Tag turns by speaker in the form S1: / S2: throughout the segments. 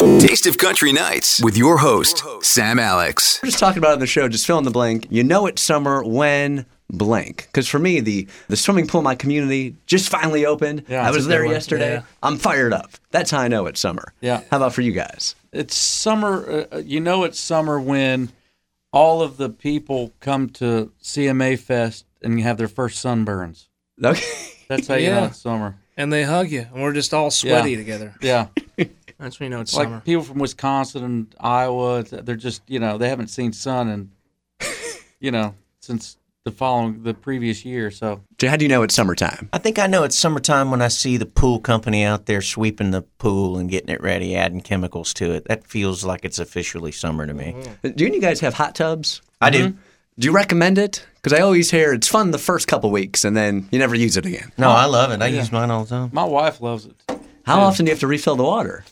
S1: Taste of Country Nights with your host, Sam Alex.
S2: We're just talking about it on the show, just fill in the blank. You know it's summer when blank. Because for me, the the swimming pool in my community just finally opened.
S3: Yeah,
S2: I
S3: that's
S2: was
S3: a good
S2: there
S3: one.
S2: yesterday.
S3: Yeah.
S2: I'm fired up. That's how I know it's summer.
S3: Yeah.
S2: How about for you guys?
S3: It's summer. Uh, you know, it's summer when all of the people come to CMA Fest and have their first sunburns.
S2: Okay.
S3: That's how you know
S4: Yeah.
S3: it's summer.
S4: and they hug you, and we're just all sweaty
S3: Yeah.
S4: together.
S3: Yeah,
S4: That's when you know it's
S3: like
S4: summer.
S3: people from Wisconsin and Iowa. it's- They're just you know they haven't seen sun and you know since the following the previous year. So
S2: Jay, How do you know it's summertime?
S5: I think I know it's summertime when I see the pool company out there sweeping the pool and getting it ready, adding chemicals to it. That feels like it's officially summer to me.
S3: Mm-hmm.
S2: Do you guys have hot tubs?
S5: I do.
S2: Do you recommend it? Because I always hear it's fun the first couple weeks and then you never use it again.
S5: No, I love it. I use mine all the time.
S3: my wife loves it.
S2: How often do you have to refill the water?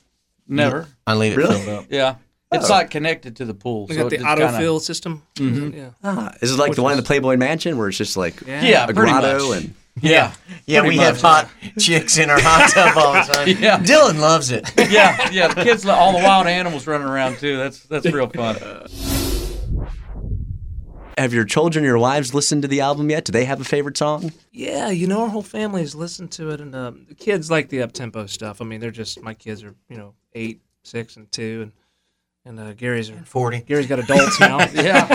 S3: Never.
S5: I leave it
S2: Really?
S5: filled up.
S3: Yeah. It's like connected to the pool.
S4: We
S3: so
S4: got the
S3: it just kinda-
S4: autofill system. Yeah.
S2: Ah, is it like the one in the Playboy Mansion where it's just like
S3: Yeah,
S2: a
S3: pretty
S2: grotto
S3: much.
S2: and
S3: Yeah.
S5: Yeah,
S3: Pretty
S5: we have
S3: much.
S5: hot chicks in our hot tub all the time.
S3: Yeah.
S5: Dylan loves it.
S3: yeah, yeah. The kids, all the wild animals running around too. That's that's real fun.
S2: have your children, your wives listened to the album yet? Do they have a favorite song?
S4: Yeah, you know, our whole family has listened to it, and um, the kids like the up tempo stuff. I mean, they're just my kids are you know eight, six, and two, and and uh, Gary's are
S5: 40.
S4: Gary's got adults now.
S3: Yeah,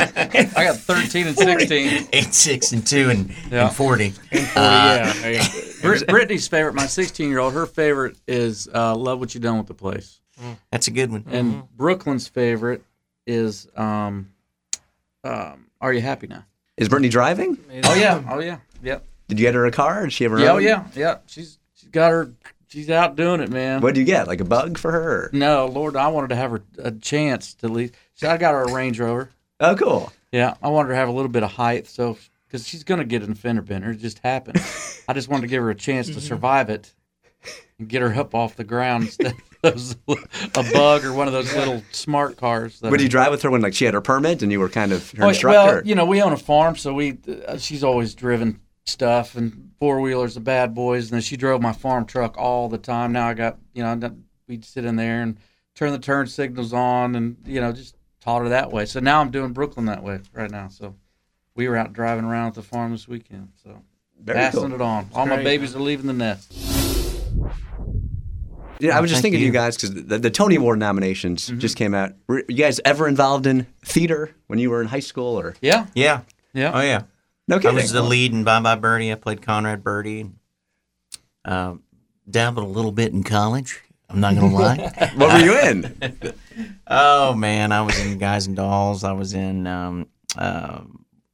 S3: I got thirteen and sixteen.
S5: 8, 6, and 2, and, Uh,
S3: Yeah.
S5: and 40.
S4: yeah, there you go.
S3: Brit- Brittany's favorite, my sixteen-year-old, her favorite is uh, "Love What You Done with the Place,"
S5: That's a good one.
S3: and Brooklyn's favorite is um, um, "Are You Happy Now?"
S2: Is Brittany driving?
S3: Oh yeah, oh yeah, yep,
S2: Did you get her a car? Did she have her
S3: yeah, oh
S2: own?
S3: yeah, yeah. She's she's got her, she's out doing it, man.
S2: What do you get? Like a bug for her?
S3: No, Lord, I wanted to have her a chance to leave. So I got her a Range Rover.
S2: Oh, cool.
S3: Yeah, I wanted her to have a little bit of height, so because she's gonna get an fender bender, it just happened. I just wanted to give her a chance to survive it and get her up off the ground instead of those, a bug or one of those little smart cars. That
S2: Would you
S3: are-
S2: drive with her when like she had her permit and you were kind of her
S3: Oh,
S2: instructor?
S3: Well, you know, we own a farm, so we uh, she's always driven stuff and four wheelers, the bad boys, and then she drove my farm truck all the time. Now I got you know I- we'd sit in there and turn the turn signals on, and you know just taught her that way. So now I'm doing Brooklyn that way right now. So we were out driving around at the farm this weekend. So.
S2: Very
S3: passing
S2: cool.
S3: it on. All my
S4: great.
S3: babies are leaving the nest.
S2: Yeah, I was just
S5: Thank
S2: thinking of you
S5: you.
S2: guys because the, the Tony Award nominations just came out. Were you guys ever involved in theater when you were in high school or?
S3: Yeah,
S5: Yeah.
S3: yeah.
S5: Oh, yeah.
S2: No
S5: I
S2: kidding.
S5: was the lead in Bye Bye Birdie. I played Conrad Birdie. And, uh, dabbled a little bit in college. I'm not going to lie.
S2: what were you in?
S5: oh, man. I was in Guys and Dolls. I was in um, uh,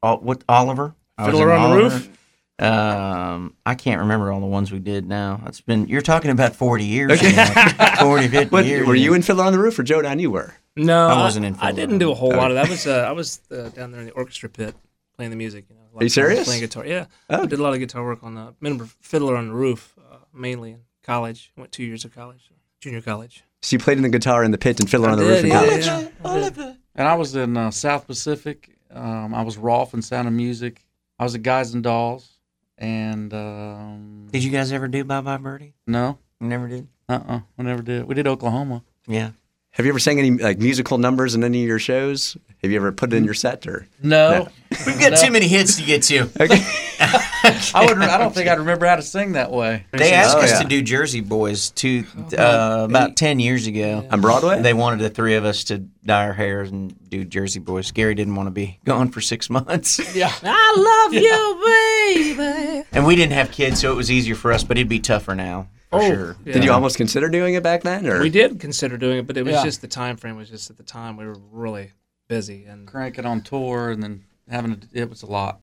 S5: Ol- what Oliver. I was
S4: Fiddler
S5: in
S4: on the
S5: Oliver.
S4: Roof?
S5: Um, I can't remember all the ones we did now. It's been, you're talking about 40 years. now. 40, 50
S2: What,
S5: years.
S2: were you in Fiddler on the Roof or Joe Don? You were.
S4: No,
S5: I wasn't in
S4: I
S5: Philadelphia.
S4: didn't do a whole lot of that. I was uh, I was uh, down there in the orchestra pit playing the music. You know, a lot
S2: Are you
S4: of times
S2: serious?
S4: Playing guitar. Yeah, I did a lot of guitar work on the. I remember Fiddler on the Roof uh, mainly in college. Went two years of college, junior college.
S2: So you played in the guitar in the pit and Fiddler on the Roof in
S4: yeah,
S2: college.
S4: yeah, I did.
S3: And I was in uh, South Pacific. Um, I was Rolf in Sound of Music. I was at Guys and Dolls. And um,
S5: Did you guys ever do Bye Bye Birdie?
S3: no,
S5: You never did?
S3: uh, uh we never did. We did Oklahoma.
S5: Yeah.
S2: Have you ever sang any like musical numbers in any of your shows? Have you ever put it in your set or?
S3: No,
S5: We've got too many hits to get to.
S3: I would. I don't think I'd remember how to sing that way.
S5: They asked
S2: Oh,
S5: us
S2: yeah. Oh,
S5: to do Jersey Boys two uh, about ten years ago. Um,
S2: On Broadway?
S5: They wanted the three of us to dye our hairs and do Jersey Boys. Gary didn't want to be gone for six months,
S4: I love you, baby.
S5: and we didn't have kids, so it was easier for us. But it'd be tougher now, for sure.
S4: yeah.
S2: Did you almost consider doing it back then or?
S4: We did consider doing it, but it was
S3: Yeah.
S4: just the time frame was just at the time we were really busy and
S3: Cranking on tour and then having to, it was a lot.